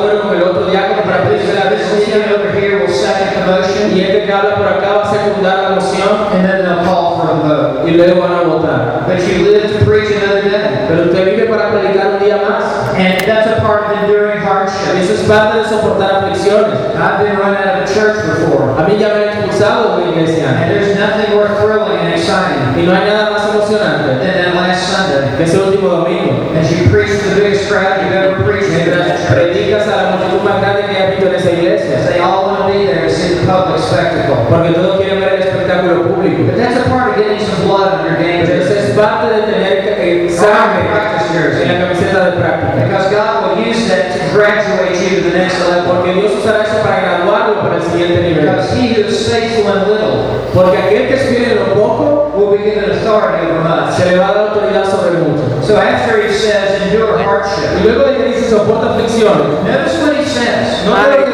Speaker 2: este y luego van a votar.
Speaker 1: but you live to preach another day.
Speaker 2: Pero usted vive para predicar un día más.
Speaker 1: And that's a part of enduring hardship.
Speaker 2: Eso es parte de soportar aflicciones.
Speaker 1: I've been run out of a church before,
Speaker 2: A mí ya me han expulsado de mi iglesia
Speaker 1: and there's nothing more thrilling and exciting
Speaker 2: y no hay nada más emocionante
Speaker 1: than that last Sunday.
Speaker 2: que ese último domingo.
Speaker 1: As you preach to the biggest crowd you've ever preached to
Speaker 2: Mientras
Speaker 1: that church,
Speaker 2: predicas a la multitud más grande que has visto en esa iglesia,
Speaker 1: they all want to be there to see the public spectacle.
Speaker 2: porque todos quieren ver el espectáculo público.
Speaker 1: But that's a part of getting some blood on your game.
Speaker 2: Pero eso es parte de tener que- eh,
Speaker 1: Sorry,
Speaker 2: sangre
Speaker 1: practice
Speaker 2: en
Speaker 1: jersey.
Speaker 2: la camiseta de práctica.
Speaker 1: Because God will use that to graduate you to the next level.
Speaker 2: Porque Dios usará eso para graduarlo para el siguiente nivel.
Speaker 1: Because he who is faithful in little
Speaker 2: Porque aquel que es fiel en lo poco,
Speaker 1: will be given authority over much.
Speaker 2: se le va a dar autoridad sobre mucho.
Speaker 1: So after he says, endure hardship,
Speaker 2: Y luego de que dice soporta aflicciones,
Speaker 1: notice what he says.
Speaker 2: No, no, no, no.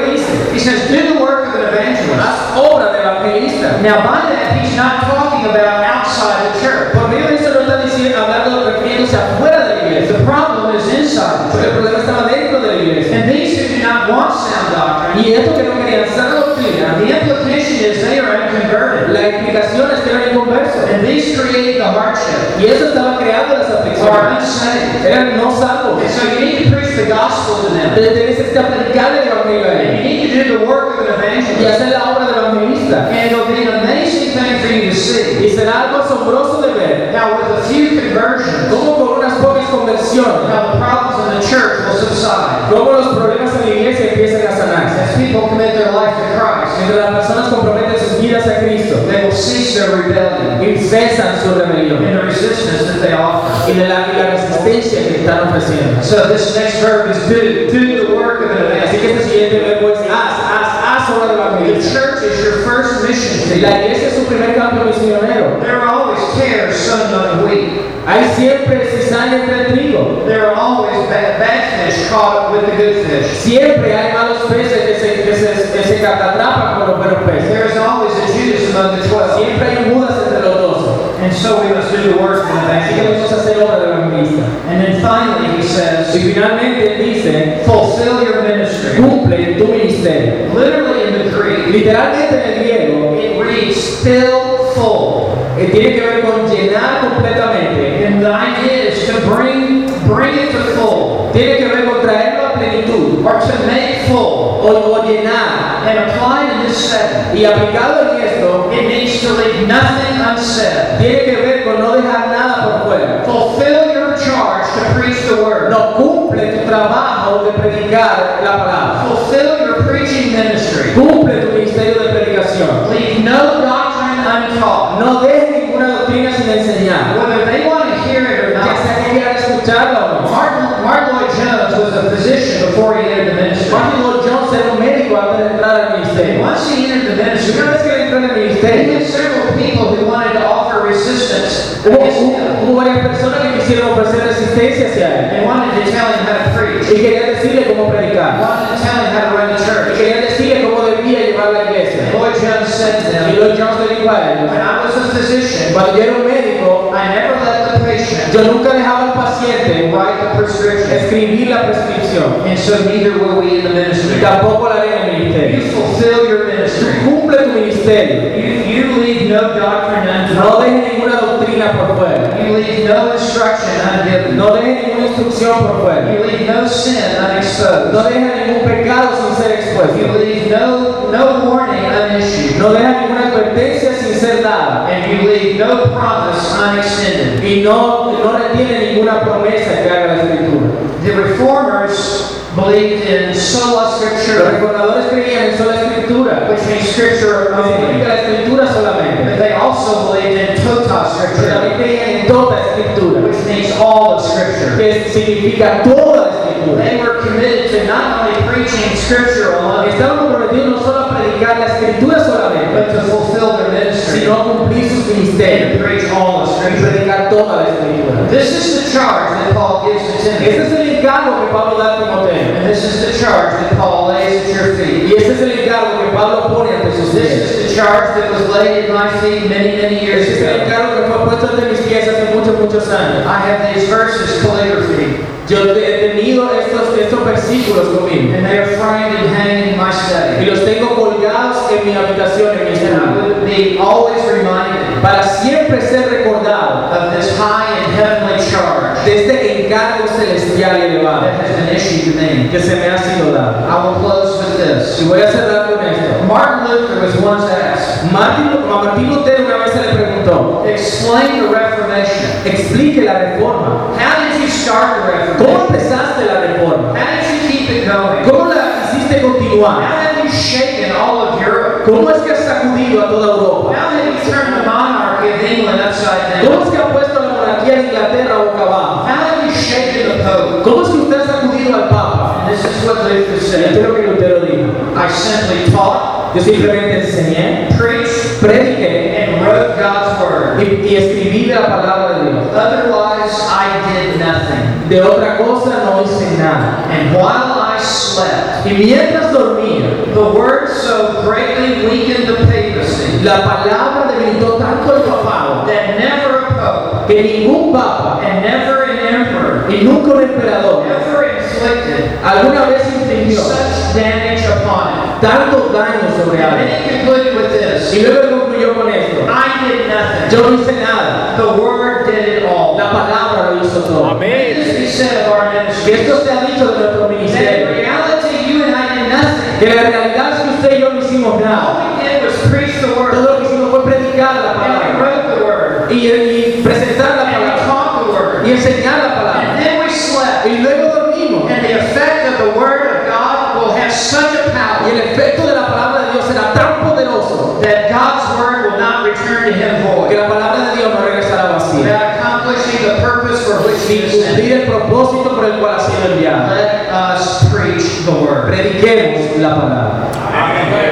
Speaker 1: He says, do the work of an evangelist.
Speaker 2: haz obra de evangelista.
Speaker 1: Now, by that, he's not talking about outside the church.
Speaker 2: Por medio de eso no está diciendo, hablando, refiriéndose afuera de la iglesia.
Speaker 1: The problem is inside the
Speaker 2: Porque el
Speaker 1: church.
Speaker 2: problema estaba dentro de la iglesia.
Speaker 1: And these who do not want sound doctrine,
Speaker 2: Y esto que no querían sana doctrina,
Speaker 1: the implication is they are unconverted.
Speaker 2: la explicación es que eran inconversos.
Speaker 1: And these create the hardship
Speaker 2: Y eso estaba creando las
Speaker 1: are
Speaker 2: aflicciones.
Speaker 1: unsaved.
Speaker 2: Eran no salvos.
Speaker 1: And so you need to preach the gospel to them.
Speaker 2: Entonces tenés que aplicar el evangelio a
Speaker 1: And you
Speaker 2: ellos.
Speaker 1: need to do the work of an
Speaker 2: Y
Speaker 1: evangelist.
Speaker 2: hacer la obra de evangelista.
Speaker 1: And it'll be an amazing thing for you to see.
Speaker 2: Y será algo asombroso de ver
Speaker 1: Now, with a few conversions,
Speaker 2: cómo con unas pocas conversiones,
Speaker 1: now the problems in the church will subside.
Speaker 2: cómo los problemas en la iglesia empiezan a sanarse.
Speaker 1: As people commit their life to Christ,
Speaker 2: Mientras las personas comprometen sus vidas a Cristo
Speaker 1: they will cease their rebellion
Speaker 2: y cesan su rebelión.
Speaker 1: and the resistance that they offer.
Speaker 2: y de la, y la resistencia que están ofreciendo.
Speaker 1: So this next verb is do. Do the work of an
Speaker 2: Así
Speaker 1: evangelist.
Speaker 2: que este siguiente verbo es haz, haz, haz obra de
Speaker 1: The
Speaker 2: evangelista.
Speaker 1: church is your first mission
Speaker 2: La
Speaker 1: field.
Speaker 2: iglesia es su primer campo misionero.
Speaker 1: There are always tares sown on wheat.
Speaker 2: Hay siempre cizaña entre el trigo.
Speaker 1: There are always bad, bad fish caught up with the good fish.
Speaker 2: Siempre hay malos peces que se, que se, que se catatrapan con los buenos peces.
Speaker 1: There is always a Judas among the twelve.
Speaker 2: Siempre hay Judas entre los dos.
Speaker 1: And so we must do the work of an
Speaker 2: Así que
Speaker 1: evangelist.
Speaker 2: debemos hacer obra de evangelista.
Speaker 1: And then finally, he
Speaker 2: Y
Speaker 1: says,
Speaker 2: finalmente dice,
Speaker 1: fulfill your ministry.
Speaker 2: cumple tu ministerio.
Speaker 1: Literally in the Greek,
Speaker 2: Literalmente en el griego
Speaker 1: it reads fill full.
Speaker 2: eh, tiene que ver con llenar completamente
Speaker 1: And the idea is to bring, bring it to full,
Speaker 2: Tiene que ver con traerlo a plenitud
Speaker 1: or to make full.
Speaker 2: o, o llenar.
Speaker 1: And applied in this setting,
Speaker 2: Y aplicado en esto,
Speaker 1: it means to leave nothing unsaid.
Speaker 2: tiene que ver con no dejar nada por fuera.
Speaker 1: Fulfill your charge to preach the word.
Speaker 2: No cumple tu trabajo de predicar la palabra.
Speaker 1: Fulfill your preaching ministry.
Speaker 2: Cumple tu ministerio de predicación.
Speaker 1: Leave no doctrine untaught.
Speaker 2: No dejes ninguna doctrina sin enseñar.
Speaker 1: Whether they want to hear it or
Speaker 2: Ya
Speaker 1: not.
Speaker 2: sea que quieran escucharla o no.
Speaker 1: Martin, Martin Lloyd Jones was a physician before he entered the ministry.
Speaker 2: Martin Lloyd Jones era un médico antes de entrar al
Speaker 1: And
Speaker 2: ministerio.
Speaker 1: once he entered the
Speaker 2: Y Una
Speaker 1: ministry,
Speaker 2: vez que él entró en el
Speaker 1: he
Speaker 2: ministerio,
Speaker 1: had several people who wanted to offer resistance
Speaker 2: hubo,
Speaker 1: against him
Speaker 2: hubo- hubo varias personas que quisieron ofrecer resistencia hacia él.
Speaker 1: and wanted to tell him how to preach,
Speaker 2: Y querían decirle cómo predicar.
Speaker 1: wanted to tell him how to run the
Speaker 2: Y
Speaker 1: church.
Speaker 2: quería decirle cómo debía llevar la
Speaker 1: And
Speaker 2: iglesia.
Speaker 1: Lloyd Jones said to
Speaker 2: Y
Speaker 1: them,
Speaker 2: Lloyd Jones le dijo a
Speaker 1: When
Speaker 2: ellos,
Speaker 1: I was a physician,
Speaker 2: cuando yo era un médico,
Speaker 1: I never let the patient
Speaker 2: yo nunca dejaba al paciente
Speaker 1: write the prescription.
Speaker 2: escribir la prescripción.
Speaker 1: And so neither will we in the
Speaker 2: Y
Speaker 1: ministry.
Speaker 2: tampoco la haré en el ministerio.
Speaker 1: You fulfill your
Speaker 2: Tú
Speaker 1: ministry.
Speaker 2: cumple tu ministerio.
Speaker 1: You, you leave no doctrine untaught.
Speaker 2: No dejes ninguna doctrina por fuera.
Speaker 1: You leave no instruction ungiven.
Speaker 2: No dejes ninguna instrucción por fuera.
Speaker 1: You leave no sin
Speaker 2: No
Speaker 1: unexposed.
Speaker 2: dejes ningún pecado sin ser
Speaker 1: You
Speaker 2: expuesto.
Speaker 1: leave no, no warning unissued.
Speaker 2: No dejes ninguna advertencia sin ser dada.
Speaker 1: And you leave no promise unextended.
Speaker 2: Y no, no retiene ninguna promesa que haga la escritura.
Speaker 1: The reformers believed in sola
Speaker 2: Los
Speaker 1: scriptura,
Speaker 2: recordadores creían en sola escritura.
Speaker 1: which means scripture
Speaker 2: significa
Speaker 1: only.
Speaker 2: la escritura solamente.
Speaker 1: But they also believed in tota
Speaker 2: Pero
Speaker 1: scriptura,
Speaker 2: también creían en toda escritura,
Speaker 1: which means all of scripture.
Speaker 2: que significa toda escritura.
Speaker 1: They were committed to not only preaching scripture alone,
Speaker 2: Estaban comprometidos no solo a predicar la escritura solamente,
Speaker 1: but to fulfill their ministry
Speaker 2: sino a cumplir sus
Speaker 1: and
Speaker 2: ministerios
Speaker 1: to preach all of
Speaker 2: y
Speaker 1: scripture.
Speaker 2: predicar toda la escritura.
Speaker 1: This is the charge that Paul gives to
Speaker 2: Ese
Speaker 1: Timothy,
Speaker 2: es el encargo que Pablo da a Timoteo.
Speaker 1: and this is the charge that Paul lays at your feet.
Speaker 2: Y ese es el encargo que Pablo pone ante sus
Speaker 1: This
Speaker 2: pies.
Speaker 1: is the charge that was laid at my feet many, many years
Speaker 2: Ese es el
Speaker 1: ago.
Speaker 2: encargo que fue puesto ante mis pies hace muchos, muchos años.
Speaker 1: I have these verses calligraphy,
Speaker 2: Yo he tenido estos, estos versículos conmigo
Speaker 1: and they are framed and hanging in my
Speaker 2: y
Speaker 1: study.
Speaker 2: los tengo colgados en en mi habitación, en
Speaker 1: And
Speaker 2: mi
Speaker 1: I
Speaker 2: estudio,
Speaker 1: would be always reminded
Speaker 2: para siempre ser recordado
Speaker 1: of this high and heavenly charge
Speaker 2: de este encargo celestial y elevado
Speaker 1: that has been issued to me.
Speaker 2: que se me ha sido dado.
Speaker 1: I will close with this.
Speaker 2: Y voy a cerrar con esto.
Speaker 1: Martin Luther was once asked,
Speaker 2: Martin, a Martín Lutero una vez se le preguntó,
Speaker 1: explain the Reformation.
Speaker 2: explique la reforma.
Speaker 1: How did you start the
Speaker 2: ¿Cómo
Speaker 1: Reformation?
Speaker 2: empezaste la reforma?
Speaker 1: How did you keep it going?
Speaker 2: ¿Cómo la hiciste continuar?
Speaker 1: How have you shaken all of Europe?
Speaker 2: ¿Cómo es que has sacudido a toda Europa?
Speaker 1: How have you turned the monarchy of England upside down?
Speaker 2: ¿Cómo es que ha puesto la monarquía de Inglaterra boca
Speaker 1: How
Speaker 2: abajo?
Speaker 1: have you shaken the Pope?
Speaker 2: ¿Cómo es que usted ha sacudido al Papa?
Speaker 1: And this is what Luther
Speaker 2: Esto
Speaker 1: said.
Speaker 2: es lo que Lutero dijo.
Speaker 1: I simply taught,
Speaker 2: Yo simplemente enseñé,
Speaker 1: preached,
Speaker 2: prediqué
Speaker 1: and wrote God's
Speaker 2: y,
Speaker 1: word.
Speaker 2: y escribí la palabra de Dios.
Speaker 1: Otherwise, I did nothing.
Speaker 2: De otra cosa no hice nada.
Speaker 1: And while I slept,
Speaker 2: Y mientras dormía,
Speaker 1: the word so greatly weakened the papacy
Speaker 2: la palabra debilitó tanto el papado
Speaker 1: that never a pope
Speaker 2: que ningún papa
Speaker 1: and never an emperor
Speaker 2: y nunca un emperador
Speaker 1: ever inflicted
Speaker 2: alguna vez infligió
Speaker 1: such damage upon it.
Speaker 2: tanto daño sobre
Speaker 1: And
Speaker 2: alguien.
Speaker 1: then he concluded with this
Speaker 2: Y luego concluyó con esto.
Speaker 1: I did nothing.
Speaker 2: Yo no hice nada.
Speaker 1: The word did it all.
Speaker 2: La palabra lo hizo todo.
Speaker 1: This is said of our ministry.
Speaker 2: Que esto se ha dicho de nuestro
Speaker 1: That in
Speaker 2: ministerio.
Speaker 1: reality, you and I did nothing.
Speaker 2: Que la realidad es que usted y yo no hicimos nada.
Speaker 1: All we did was preach the word,
Speaker 2: Todo lo que hicimos fue predicar la
Speaker 1: and we
Speaker 2: palabra.
Speaker 1: wrote the word,
Speaker 2: Y, y presentar la
Speaker 1: and we
Speaker 2: palabra.
Speaker 1: taught the word,
Speaker 2: Y enseñar la
Speaker 1: and
Speaker 2: palabra.
Speaker 1: then we slept.
Speaker 2: Y luego dormimos.
Speaker 1: And the effect of the word of God will have such a
Speaker 2: Y
Speaker 1: power
Speaker 2: el efecto de la palabra de Dios será tan poderoso
Speaker 1: that God's word will not return to him
Speaker 2: que
Speaker 1: void,
Speaker 2: la palabra de Dios no regresará vacía.
Speaker 1: without accomplishing the purpose for which he
Speaker 2: Sin
Speaker 1: was sent.
Speaker 2: cumplir el propósito por el cual ha sido enviado.
Speaker 1: Let us preach the word.
Speaker 2: Prediquemos la palabra.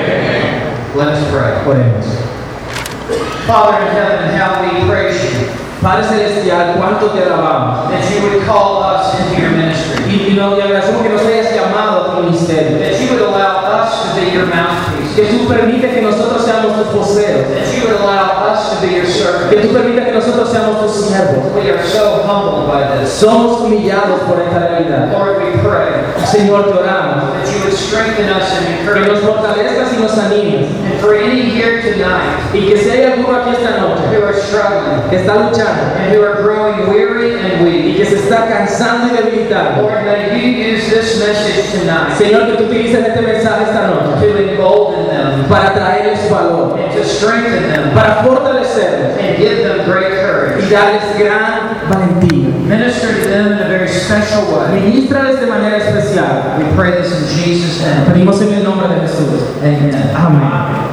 Speaker 1: Let us pray.
Speaker 2: Oremos.
Speaker 1: Father in heaven, how we praise you
Speaker 2: Padre Celestial, cuánto te alabamos.
Speaker 1: that you would call us into your ministry,
Speaker 2: Y, y no- y agradecemos que nos hayas llamado a tu ministerio.
Speaker 1: that you would allow us to be your mouthpiece,
Speaker 2: Que tú permites que nosotros seamos tus voceros.
Speaker 1: that you would allow us to be your servant.
Speaker 2: Que tú permites que nosotros seamos tus siervos.
Speaker 1: We are so humbled by this.
Speaker 2: Somos humillados por esta realidad.
Speaker 1: Lord, we pray
Speaker 2: Señor, te oramos.
Speaker 1: that you would strengthen us and
Speaker 2: Que
Speaker 1: encourage
Speaker 2: nos
Speaker 1: us.
Speaker 2: fortalezcas y nos animes.
Speaker 1: And for any here tonight
Speaker 2: Y que si hay alguno aquí esta noche
Speaker 1: who are struggling
Speaker 2: que está luchando
Speaker 1: and who are growing weary and
Speaker 2: y
Speaker 1: weak,
Speaker 2: que se está cansando y debilitando,
Speaker 1: Lord, may you use this message tonight
Speaker 2: Señor, que tú utilices este mensaje esta noche
Speaker 1: to embolden them
Speaker 2: para traerles valor,
Speaker 1: and to strengthen them
Speaker 2: para fortalecerlos
Speaker 1: and give them great
Speaker 2: y
Speaker 1: courage.
Speaker 2: darles gran valentía.
Speaker 1: Minister to them in a very special way.
Speaker 2: Ministrales de manera especial.
Speaker 1: We pray this in Jesus' name.
Speaker 2: Pedimos en el nombre de Jesús.
Speaker 1: Amen.
Speaker 2: Amén.